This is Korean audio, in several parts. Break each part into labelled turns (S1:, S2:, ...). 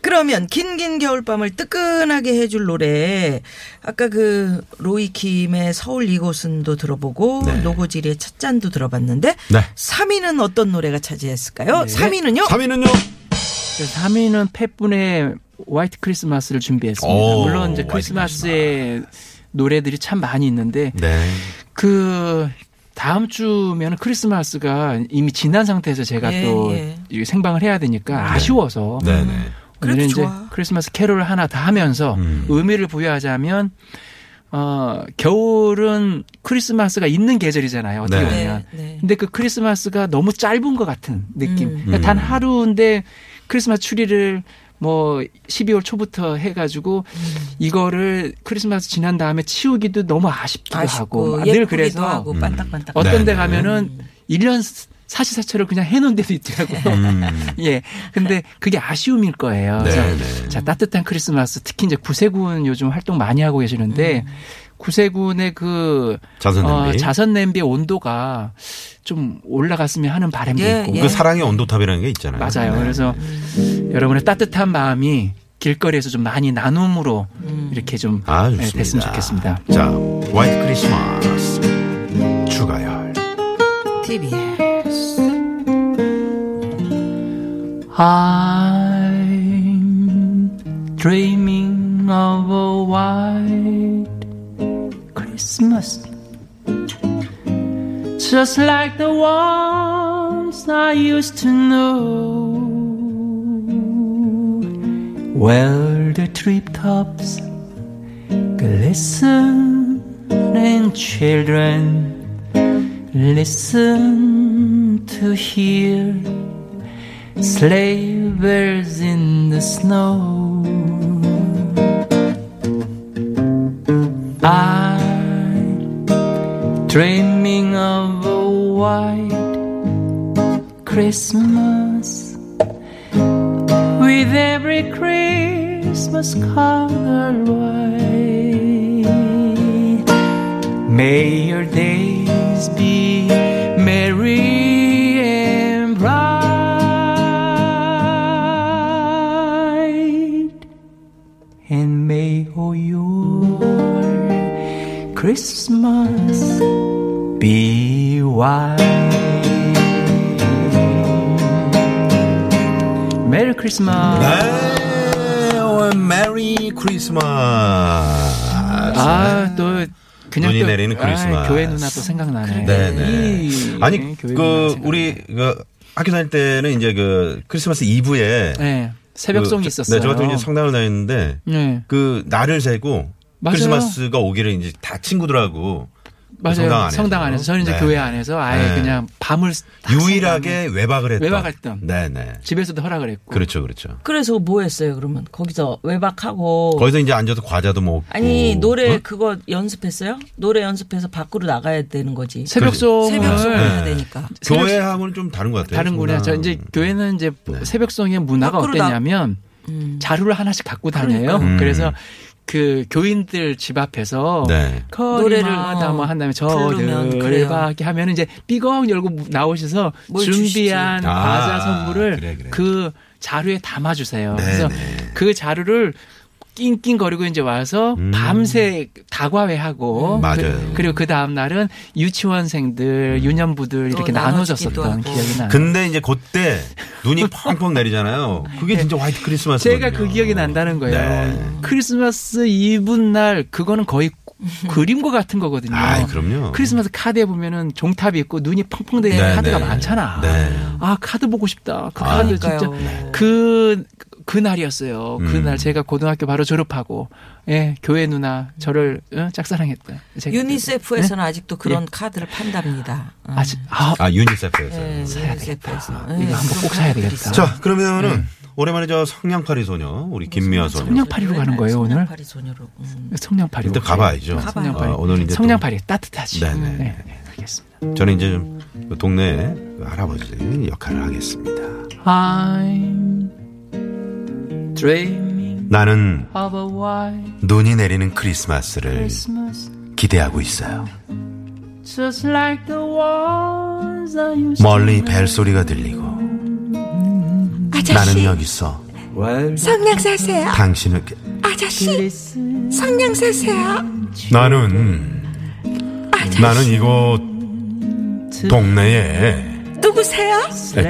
S1: 그러면 긴긴 겨울밤을 뜨끈하게 해줄 노래 아까 그 로이킴의 서울 이곳은도 들어보고
S2: 네.
S1: 노고지리의 찻잔도 들어봤는데
S2: 네.
S1: 3위는 어떤 노래가 차지했을까요? 3위는요?
S2: 3위는요?
S3: 3위는 팻분의 화이트 크리스마스를 준비했습니다.
S2: 오,
S3: 물론 이제
S2: 화이트
S3: 크리스마스의 노래들이 참 많이 있는데
S2: 네.
S3: 그 다음 주면 크리스마스가 이미 지난 상태에서 제가
S1: 예,
S3: 또
S1: 예.
S3: 이 생방을 해야 되니까 아쉬워서
S2: 네. 네네.
S1: 그래도
S3: 오늘은 이제
S1: 좋아.
S3: 크리스마스 캐롤을 하나 다 하면서
S2: 음.
S3: 의미를 부여하자면 어 겨울은 크리스마스가 있는 계절이잖아요. 어떻게
S2: 네.
S3: 보면.
S1: 네, 네.
S3: 근데 그 크리스마스가 너무 짧은 것 같은 느낌.
S1: 음.
S3: 그러니까 단 하루인데 크리스마스 추리를 뭐 12월 초부터 해가지고
S1: 음.
S3: 이거를 크리스마스 지난 다음에 치우기도 너무 아쉽기도 하고
S1: 아쉽고
S3: 늘
S1: 예쁘기도
S3: 그래서
S1: 하고 반딱반딱.
S3: 어떤
S2: 네,
S3: 데
S2: 네.
S3: 가면은 일 1년 사시사철을 그냥 해놓은 데도 있더라고요.
S2: 음.
S3: 예. 근데 그게 아쉬움일 거예요.
S2: 네,
S3: 그래서
S2: 네.
S3: 자, 따뜻한 크리스마스. 특히 이제 구세군 요즘 활동 많이 하고 계시는데 구세군의 그
S2: 음. 자선 냄비.
S3: 자선 냄비의 온도가 좀 올라갔으면 하는 바람도
S1: 예,
S3: 있고.
S1: 예.
S2: 그 사랑의 온도탑이라는 게 있잖아요.
S3: 맞아요.
S2: 네.
S3: 그래서 여러분의 따뜻한 마음이 길거리에서 좀 많이 나눔으로 이렇게 좀
S2: 아,
S3: 예,
S2: 좋습니다.
S3: 됐으면 좋겠습니다.
S2: 자, 화이트 크리스마스 추가열.
S1: TBS.
S3: I'm dreaming of a white Christmas, just like the ones I used to know, where the treetops glisten and children Listen to hear sleigh bells in the snow. I dreaming of a white Christmas with every Christmas color white. May your days be merry and bright, and may all your Christmas be white. Merry Christmas.
S2: 네. 아, 메리 크리스마스.
S3: 아, 또 그냥
S2: 눈이
S3: 또,
S2: 내리는
S3: 아,
S2: 크리스마스.
S3: 교회 누나 또 생각나네.
S2: 네네.
S3: 이,
S2: 아니
S3: 교회 누나
S2: 그
S3: 생각나네.
S2: 우리 그 학교 다닐 때는 이제 그 크리스마스 이브에
S3: 네, 새벽송이
S2: 그 저-
S3: 있었어요.
S2: 네, 저 같은 경우 이제 성당을 다녔는데
S3: 네,
S2: 그 날을 세고
S3: 맞아요.
S2: 크리스마스가 오기를 이제 다 친구들하고 그
S3: 맞아요.
S2: 성당
S3: 성당
S2: 안에서.
S3: 안에서. 저는 이제
S2: 네.
S3: 교회 안에서 아예
S2: 네.
S3: 그냥 밤을 딱
S2: 유일하게 외박을 했던.
S3: 외박했던.
S2: 네네.
S3: 집에서도 허락을 했고.
S2: 그렇죠, 그렇죠.
S1: 그래서 뭐 했어요, 그러면? 거기서 외박하고.
S3: 어.
S2: 거기서 이제 앉아서 과자도 먹고.
S1: 아니,
S3: 뭐,
S1: 노래
S2: 어?
S1: 그거 연습했어요? 노래 연습해서 밖으로 나가야 되는 거지.
S3: 새벽송을
S1: 새벽송을
S2: 네.
S1: 해야 되니까.
S3: 새벽-
S2: 교회하고는 좀 다른 것 같아요.
S3: 다른구나. 저 이제 교회는 이제
S2: 네.
S3: 새벽송의 문화가
S1: 밖으로 나-
S3: 어땠냐면 자루를 하나씩 갖고 다녀요.
S2: 그러니까요.
S3: 그래
S2: 음.
S3: 서그 교인들 집 앞에서
S2: 네.
S1: 노래를,
S3: 거리마다
S1: 어,
S3: 뭐 한다음에
S1: 부르면
S3: 저를
S1: 그래요.
S3: 밖에 하면 이제 삐걱 열고 나오셔서
S1: 뭘
S3: 준비한
S2: 주시지? 아,
S3: 과자 선물을
S2: 그래, 그래.
S3: 그 자루에 담아주세요.
S2: 네,
S3: 그래서
S2: 네.
S3: 그 자루를 낑낑거리고 이제 와서 밤새 다과회하고
S2: 음. 맞아요. 음.
S3: 그, 리고그 다음 날은 유치원생들 유년부들
S1: 또
S3: 이렇게
S1: 나눠주기도
S3: 나눠줬었던
S1: 하고.
S3: 기억이 나요.
S2: 근데 이제 그때 눈이 펑펑 내리잖아요. 그게 진짜 화이트 크리스마스.
S3: 제가 그 기억이 난다는 거예요.
S2: 네.
S3: 크리스마스 이브 날 그거는 거의 그림과 같은 거거든요.
S2: 아이, 그렇죠. 그럼요.
S3: 크리스마스 카드에 보면은 종탑이 있고 눈이 펑펑 되는
S2: 네,
S3: 카드가
S2: 네.
S3: 많잖아.
S2: 네.
S3: 아 카드 보고 싶다. 그
S2: 아,
S3: 카드 진짜
S1: 그러니까요.
S3: 그 그날이었어요. 그날
S2: 음.
S3: 제가 고등학교 바로 졸업하고 예 교회 누나 저를 어? 짝사랑했다. 제가
S1: 유니세프에서는 아직도 그런 카드를 판답니다. 음.
S3: 네? 아직 아
S2: 아, 유니세프에서.
S1: 네, 유니세프에서. 네,
S3: 이거 한번
S1: 그런
S3: 꼭 사야
S1: 카드들이
S3: 되겠다.
S1: 있어요.
S2: 자, 그러면은
S3: 네.
S2: 오랜만에 저 성냥팔이 소녀, 우리 김미아 소녀.
S3: 성냥- 성냥팔이로 가는 거예요, 오늘?
S1: 성냥팔이 소녀로. 네, 음.
S3: 성냥팔이
S2: 일단 가봐야죠.
S3: 성냥팔이
S2: 아, 오늘 이제
S3: 성냥팔이 따뜻하지.
S2: 네네.
S3: 네, 네, 알겠습니다.
S2: 저는 이제 좀그 동네 할아버지 역할을 하겠습니다.
S3: I'm dreaming
S2: 나는
S3: of a white
S2: 눈이 내리는 크리스마스를
S3: Christmas,
S2: 기대하고 있어요.
S3: just like the ones I used
S2: 멀리 벨소리가 들리고 나는 여기서
S4: 성냥 사세요.
S2: 당신을
S4: 아저씨, 성냥 사세요.
S2: 나는 나는 이곳 동네에
S1: 누구세요?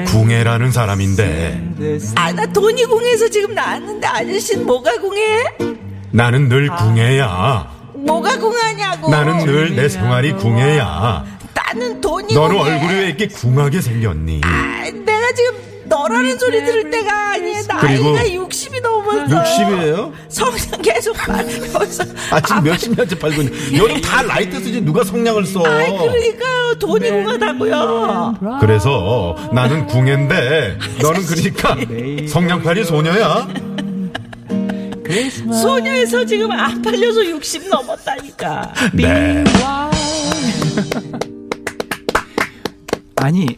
S2: 궁예라는 사람인데
S1: 아, 나 돈이 궁해서 지금 나왔는데 아저씨는 뭐가 궁해?
S2: 나는 늘 궁예야.
S1: 뭐가 궁하냐고.
S2: 나는 늘 내 생활이 궁예야.
S1: 나는 돈이
S2: 너는
S1: 궁해.
S2: 얼굴이 왜 이렇게 궁하게 생겼니?
S1: 아, 내가 지금 너라는 소리 들을 때가 아니에요.
S2: 그리고
S1: 나이가 60이 넘어서.
S2: 60이에요?
S1: 성장 계속 말하면서.
S2: 아, 지금 몇십 년째 팔고 있는. 요즘 다 라이트 쓰지 누가 성냥을 써.
S1: 아이, 그러니까요. 돈이 궁하다고요.
S2: 그래서 나는 궁예인데 너는 그러니까 성냥팔이 소녀야.
S1: 소녀에서 지금 안 팔려서 60 넘었다니까.
S2: 네.
S3: 아니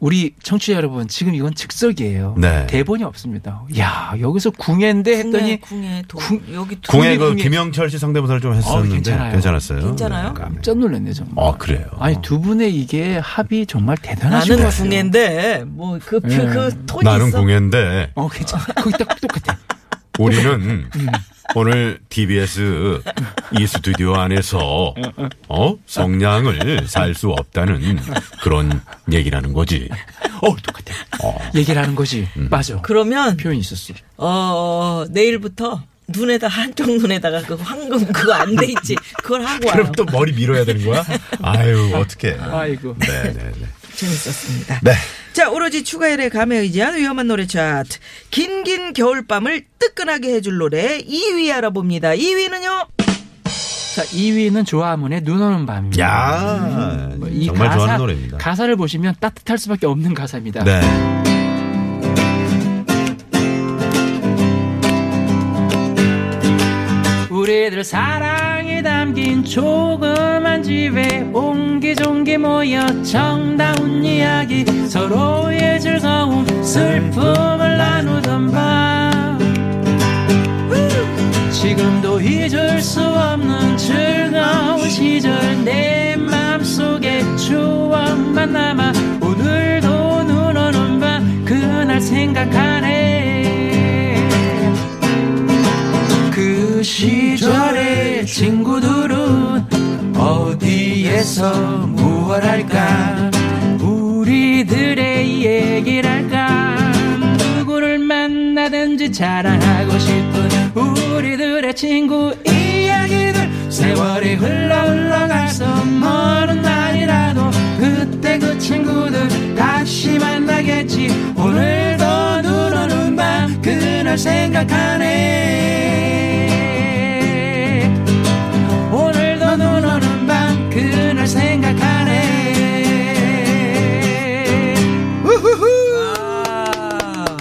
S3: 우리 청취자 여러분 지금 이건 즉석이에요.
S2: 네.
S3: 대본이 없습니다. 야 여기서 궁예인데 했더니
S1: 궁에 돈.
S3: 궁-
S1: 여기 돈.
S2: 궁예 그
S3: 궁예.
S2: 김영철 씨 상대모사를 좀
S3: 어,
S2: 했었는데
S3: 괜찮아요.
S2: 괜찮았어요.
S1: 괜찮아요?
S3: 깜짝 놀랐네 정말.
S2: 아 그래요.
S3: 아니 두 분의 이게 합이 정말 대단하신 것
S1: 나는
S3: 같아요.
S1: 궁예인데, 뭐, 그, 그,
S3: 예.
S1: 그 톤이
S2: 네. 나는
S1: 있어.
S2: 궁예인데
S3: 어 괜찮아. 거기 딱 똑같아.
S2: 우리는
S1: 음.
S2: 오늘 TBS 이 스튜디오 안에서 어 성냥을 살 수 없다는 그런 얘기라는 거지.
S3: 어 똑같아. 얘기를 하는 거지.
S2: 음.
S3: 맞아.
S1: 그러면,
S3: 표현이 있었어.
S1: 어, 내일부터 눈에다, 한쪽 눈에다가 그 황금 그거 안 돼 있지. 그걸 하고 와요.
S2: 그럼 또 머리 밀어야 되는 거야? 아유 어떻게?
S3: 아이고.
S2: 네네네.
S1: 재밌었습니다.
S2: 네.
S5: 자, 오로지 추가열의 감에 의지한 위험한 노래 차트. 긴긴 겨울밤을 뜨끈하게 해줄 노래 2위 알아봅니다. 2위는요.
S3: 자, 2위는 조아문의 눈 오는 밤입니다.
S2: 야
S3: 뭐이
S2: 정말
S3: 가사-
S2: 좋아하는 노래입니다.
S3: 가사를 보시면 따뜻할 수밖에 없는 가사입니다.
S2: 네.
S3: 우리들 사랑이 담긴 조그만 집에 옹기종기 모여 정다운 이야기 서로의 즐거움 슬픔을 나누던 밤 지금도 잊을 수 없는 즐거운 시절 내 맘속에 추억만 남아 오늘도 눈 오는 밤 그날 생각하네 그 시절의 친구들은 어디에서 무얼 할까 우리들의 얘기를 할까 누구를 만나든지 자랑하고 싶은 우리들의 친구 이야기들 세월이 흘러 흘러가서 먼 날이라도 그때 그 친구들 다시 만나겠지 오늘도 눈 오는 밤 그날 생각하네 오늘도 눈 오는 밤 그날 생각하네 아,
S2: 아,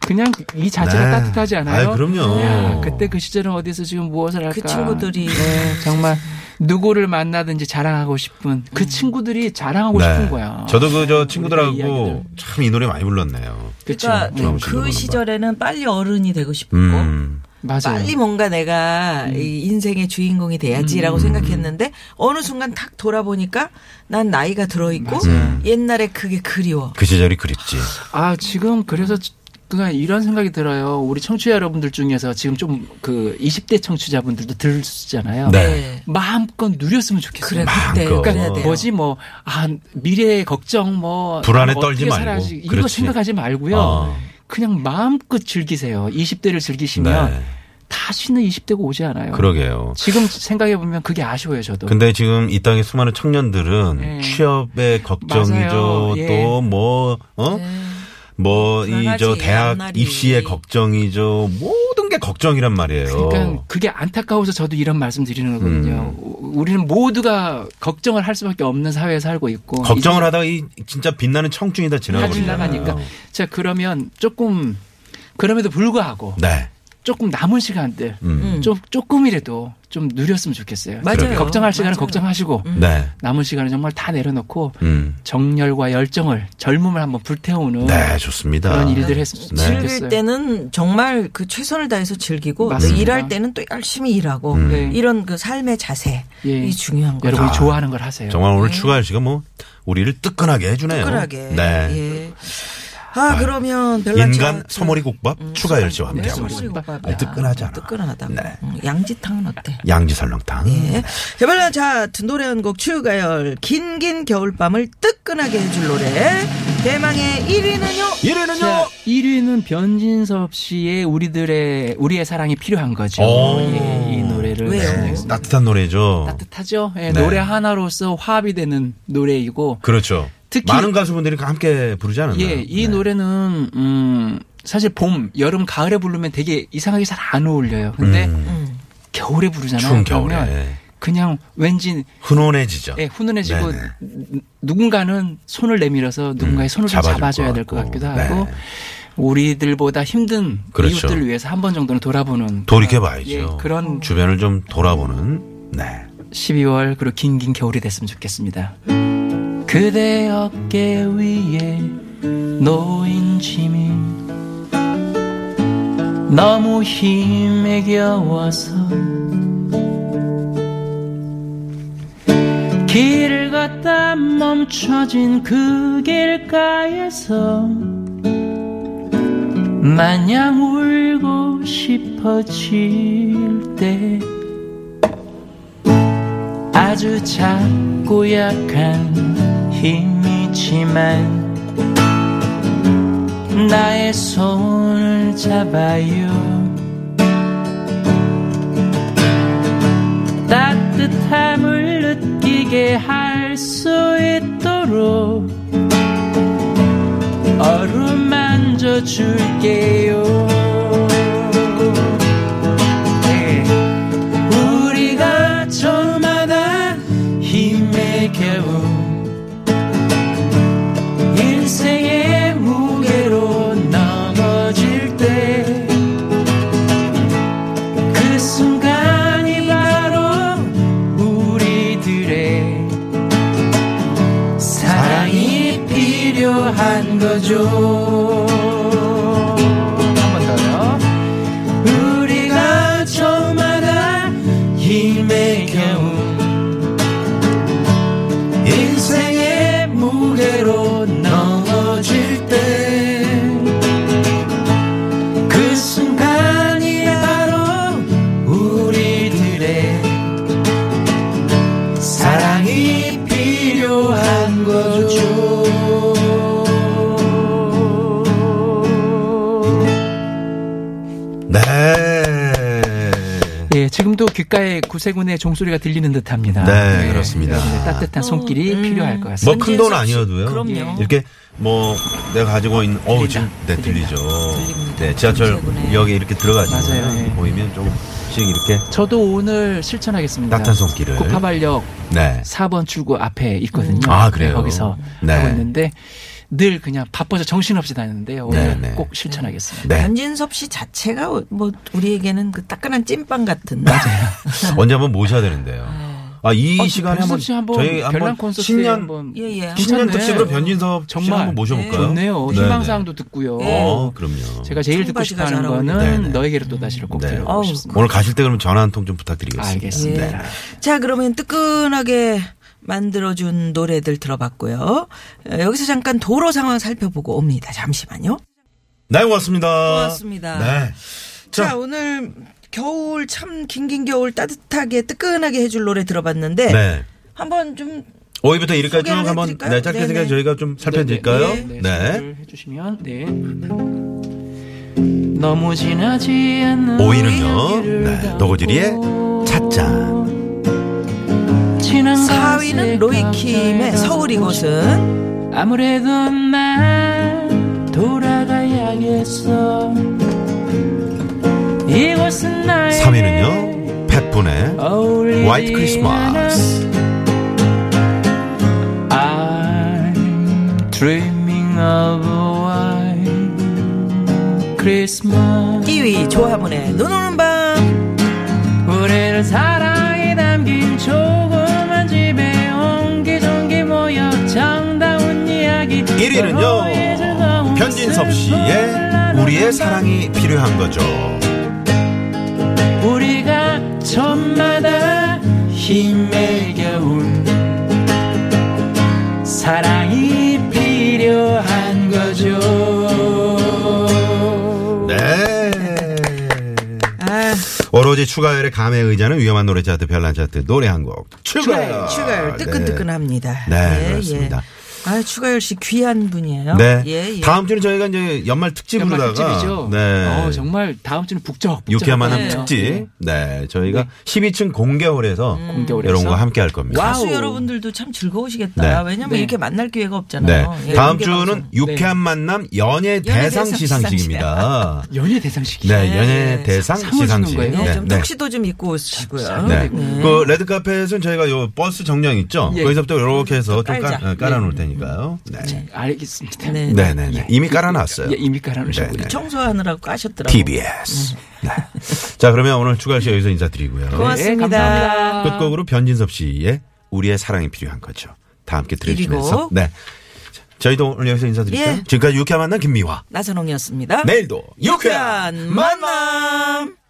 S3: 그냥 이 자체가
S2: 네.
S3: 따뜻하지 않아요?
S2: 아유, 그럼요.
S3: 야, 그때 그 시절은 어디서 지금 무엇을 할까?
S1: 그 친구들이
S3: 네, 정말 누구를 만나든지 자랑하고 싶은
S1: 음.
S3: 그 친구들이 자랑하고 싶은 거야.
S2: 저도 그 저
S3: 이야기들.
S2: 친구들하고 참 이 노래 많이 불렀네요.
S3: 그쵸?
S1: 그러니까
S2: 조항 씨도
S1: 그
S2: 그런가.
S1: 시절에는 빨리 어른이 되고 싶고
S2: 음.
S3: 맞아요.
S1: 빨리 뭔가 내가 이 인생의 주인공이
S2: 음.
S1: 돼야지라고 생각했는데 어느 순간 탁 돌아보니까 난 나이가 들어 있고 옛날에 그게 그리워.
S2: 그 시절이 그립지.
S3: 아 지금 그래서 그냥 이런 생각이 들어요. 우리 청취자 여러분들 중에서 지금 좀 그 20대 청취자분들도 들으시잖아요.
S2: 네.
S3: 마음껏 누렸으면 좋겠어요.
S1: 그래
S3: 막
S1: 그때
S2: 마음껏.
S1: 그래야 돼요.
S3: 뭐지 뭐 아 미래의 걱정 뭐
S2: 불안에
S3: 어떻게
S2: 떨지 말고.
S3: 살아야지 이거
S2: 그렇지.
S3: 생각하지 말고요.
S2: 어.
S3: 그냥 마음껏 즐기세요. 20대를 즐기시면
S2: 네.
S3: 다시는 20대가 오지 않아요.
S2: 그러게요.
S3: 지금 생각해 보면 그게 아쉬워요, 저도.
S2: 근데 지금 이 땅의 수많은 청년들은
S3: 네.
S2: 취업의 걱정이죠.
S3: 맞아요. 예. 네.
S2: 또 뭐 어? 뭐 이 저
S1: 불안하지,
S2: 대학
S1: 앞날이.
S2: 입시의 걱정이죠. 모든 게 걱정이란 말이에요.
S3: 그러니까 그게 안타까워서 저도 이런 말씀 드리는 거거든요.
S2: 음.
S3: 우- 우리는 모두가 걱정을 할 수밖에 없는 사회에 살고 있고
S2: 걱정을 하다가 이 진짜 빛나는 청춘이 다
S3: 다
S2: 지나버리잖아요.
S3: 지나가니까 자 그러면 조금 그럼에도 불구하고
S2: 네.
S3: 조금 남은 시간들
S2: 음.
S3: 좀 조금이라도 좀 누렸으면 좋겠어요.
S1: 맞아요.
S3: 걱정할 시간은
S1: 맞아요. 음.
S3: 걱정하시고
S2: 네.
S3: 남은 시간은 정말 다 내려놓고
S2: 음.
S3: 정열과 열정을 젊음을 한번 불태우는
S2: 네, 좋습니다.
S3: 그런 일들 했으면
S2: 네.
S3: 좋겠어요.
S1: 즐길 때는 정말 그 최선을 다해서 즐기고 또
S3: 맞습니다.
S1: 일할 때는 또 열심히 일하고
S2: 음.
S3: 네.
S1: 이런 그 삶의 자세
S3: 예.
S1: 이 중요한 거죠.
S3: 여러분이 좋아하는 걸 하세요.
S2: 정말 오늘 추가열 씨가 뭐 우리를 뜨끈하게 해주네요.
S1: 특별하게.
S2: 네.
S1: 예. 아 그러면 별난
S2: 인간 소머리국밥
S3: 음.
S2: 추가열 씨와
S1: 네,
S2: 함께하고
S1: 소머리
S2: 있습니다.
S1: 국밥이다.
S2: 아니, 뜨끈하지 않아.
S1: 뜨끈하다.
S2: 네.
S1: 음, 양지탕은 어때?
S2: 양지 설렁탕. 네.
S1: 예. 개발라 자 노래 한 곡 추가열 긴긴 겨울밤을 뜨끈하게 해줄 노래 대망의 1위는요.
S2: 1위는요.
S3: 자, 1위는 변진섭 씨의 우리들의 우리의 사랑이 필요한 거죠.
S2: 오.
S3: 예, 이 노래를
S1: 왜요?
S3: 선정했습니다.
S2: 따뜻한 노래죠.
S3: 따뜻하죠. 예,
S2: 네.
S3: 노래 하나로서 화합이 되는 노래이고
S2: 그렇죠.
S3: 특히-
S2: 많은 가수분들이 함께 부르지 않았나요?
S3: 예, 이
S2: 네.
S3: 노래는 음 사실 봄, 여름, 가을에 부르면 되게 이상하게 잘 안 어울려요. 근데 겨울에 부르잖아요.
S2: 음. 추운
S3: 그러면
S2: 겨울에.
S3: 그냥 왠지
S2: 훈훈해지죠.
S3: 예, 훈훈해지고
S2: 네네.
S3: 누- 누군가는 손을 내밀어서 누군가의
S2: 음,
S3: 손을 좀
S2: 잡아줄
S3: 잡아줘야
S2: 것
S3: 될 것
S2: 같고.
S3: 같기도
S2: 네.
S3: 하고 우리들보다 힘든
S2: 그렇죠.
S3: 이웃들을 위해서 한 번 정도는 돌아보는
S2: 돌이켜봐야죠.
S3: 예, 그런
S2: 주변을 좀 돌아보는. 네.
S3: 12월 그리고 긴긴 겨울이 됐으면 좋겠습니다. 그대 어깨 위에 놓인 짐이 너무 힘에 겨워서 길을 걷다 멈춰진 그 길가에서 마냥 울고 싶어질 때 아주 작고 약한 힘이지만 나의 손을 잡아요 따뜻함을 느끼게 할 수 있도록 어루만져 줄게요 네. 우리가 저 인생의 무게로 넘어질 때 그 순간이 바로 우리들의 사랑이 필요한 거죠. 한 번 더요. 우리가 저마다 힘의 겨우 인생의 무게로 넘어질 때 그 순간이 바로 우리들의 사랑이 필요한 거죠.
S2: 네.
S3: 예, 지금도 귓가에 구세군의 종소리가 들리는 듯합니다.
S2: 네,
S3: 예,
S2: 그렇습니다.
S3: 여러분의
S1: 음.
S3: 따뜻한 손길이 필요할 것
S2: 뭐
S3: 같습니다.
S2: 큰 돈 아니어도요.
S1: 그럼요.
S2: 이렇게 뭐 내가 가지고 있는 어우 지금 네 들리죠. 네 지하철역에 이렇게
S3: 맞아요,
S2: 들어가시면
S3: 예.
S2: 보이면 조금씩 이렇게
S3: 저도 오늘 실천하겠습니다.
S2: 따뜻한 손길을.
S3: 구파발역
S2: 네.
S3: 4번 출구 앞에 있거든요.
S2: 아, 그래요?
S3: 거기서
S2: 네.
S3: 하고 있는데 늘 그냥 바빠서 정신없이 다녔는데 오늘
S2: 네, 네.
S3: 꼭 실천하겠습니다.
S2: 네.
S1: 변진섭 씨 자체가 뭐 우리에게는 그 따끈한 찐빵 같은 맞아요.
S2: 언제 한번 모셔야 되는데요. 아 이
S3: 네. 어,
S2: 시간에
S3: 변진섭
S2: 한번
S3: 씨 한번
S2: 저희
S3: 별난
S2: 한번
S3: 콘서트에
S2: 신년
S3: 한번
S1: 예, 예.
S2: 신년
S3: 괜찮네.
S2: 특집으로 변진섭 정씨
S3: 정말.
S2: 한번 모셔볼까요?
S3: 좋네요.
S2: 네,
S3: 희망사항도 듣고요.
S2: 네. 어, 그럼요.
S3: 제가 제일 듣고
S1: 예. 청바지가
S3: 싶어하는
S1: 잘 어울리네.
S3: 거는
S2: 네, 네.
S3: 너에게로 또 다시를 꼭
S2: 네.
S3: 들어보고
S1: 어우,
S3: 싶습니다.
S2: 오늘 가실 때 그러면 전화 한 통 좀 부탁드리겠습니다.
S3: 알겠습니다.
S2: 네.
S1: 예. 자, 그러면 뜨끈하게 만들어준 노래들 들어봤고요. 어, 여기서 잠깐 도로 상황 살펴보고 옵니다. 잠시만요.
S2: 네, 고맙습니다.
S1: 고맙습니다.
S2: 네.
S1: 자,
S2: 자,
S1: 오늘 겨울 참 긴긴 겨울 따뜻하게 뜨끈하게 해줄 노래 들어봤는데
S2: 네.
S1: 한번 좀
S2: 5위부터 1위까지 쭉
S1: 소개를
S2: 한번
S1: 해드릴까요?
S2: 네, 짧게
S1: 네네.
S2: 생각 저희가 좀 살펴드릴까요?
S3: 네.
S2: 네.
S3: 소개를 해주시면 네. 너무 지나지 않는
S1: 네.
S2: 오이는요,
S3: 길을
S2: 네,
S3: 걷고
S2: 노고지리의 찾자.
S3: 지난
S1: 4위는 로이킴의
S3: 감사에
S1: 서울 이곳은
S3: 아무래도 난 돌아가야겠어 이곳은 나의
S2: 3위는요, 팻분의
S3: 어울리지
S2: White Christmas.
S3: 않아. I'm dreaming of a white Christmas
S1: 2위 조화문의 눈 오는 밤
S3: 우리를 사랑이 담긴 조그만 집에 옹기종기 모여 정다운 이야기 서로의 즐거움,
S2: 1위는요, 변진섭 씨의
S3: 슬픔을
S2: 우리의
S3: 나눈다.
S2: 사랑이 필요한 거죠.
S3: 우리가 저마다 힘의 겨울 사랑이 필요한 거죠
S2: 네.
S1: 아,
S2: 오로지 추가열의 감에 의자는 위험한 노래 차트, 별난 차트, 노래 한 곡. 추가열.
S1: 네, 추가열 추가열 뜨끈뜨끈합니다.
S2: 네, 그렇습니다.
S1: 예. 아 추가열 씨 귀한 분이에요.
S2: 네.
S1: 예, 예.
S2: 다음 주는 저희가 이제 연말 특집으로다가.
S3: 연말 특집이죠.
S2: 네.
S3: 어, 정말 다음 주는 북적.
S2: 유쾌만한
S3: 북적하네요. 예.
S2: 특집. 네. 저희가 12층 공개홀에서
S3: 공개홀에서.
S2: 이런 거 함께 할 겁니다.
S3: 와우.
S1: 가수 여러분들도 참 즐거우시겠다.
S2: 네.
S1: 왜냐면
S3: 네.
S1: 이렇게 만날 기회가
S2: 네.
S1: 없잖아요. 예,
S2: 다음
S1: 공개 방송.
S2: 주는 유쾌한 만남 연예 대상
S1: 대상
S2: 시상식입니다.
S3: 연예 대상식이.
S2: 네,
S1: 네.
S2: 연예 대상
S3: 삼월
S2: 시상식.
S3: 주는 거예요?
S1: 네,
S2: 네,
S1: 좀
S2: 네.
S1: 턱시도 좀 입고 오시고요.
S2: 네.
S1: 네.
S2: 그 레드카펫은 저희가 요 버스 정량 있죠?
S3: 예.
S2: 거기서부터 이렇게 해서 좀
S1: 깔자.
S2: 깔, 아놓을 테니까요. 네.
S3: 알겠습니다.
S1: 네.
S2: 네, 네, 네. 이미 깔아놨어요.
S3: 예, 이미 깔아놓으셨군요.
S2: 네, 네.
S1: 청소하느라고 까셨더라고요.
S2: TBS. 네. 자, 그러면 오늘 추가 씨 여기서 인사드리고요.
S1: 고맙습니다.
S3: 네, 감사합니다.
S2: 끝곡으로 변진섭 씨의 우리의 사랑이 필요한 거죠. 다 함께 들으시면서
S1: 그리고-
S2: 네. 자, 저희도 오늘 여기서 인사드릴까요?
S1: 예.
S2: 지금까지 유쾌한 만남 김미화.
S1: 나선홍이었습니다.
S2: 내일도 유쾌한
S1: 유쾌한 만남.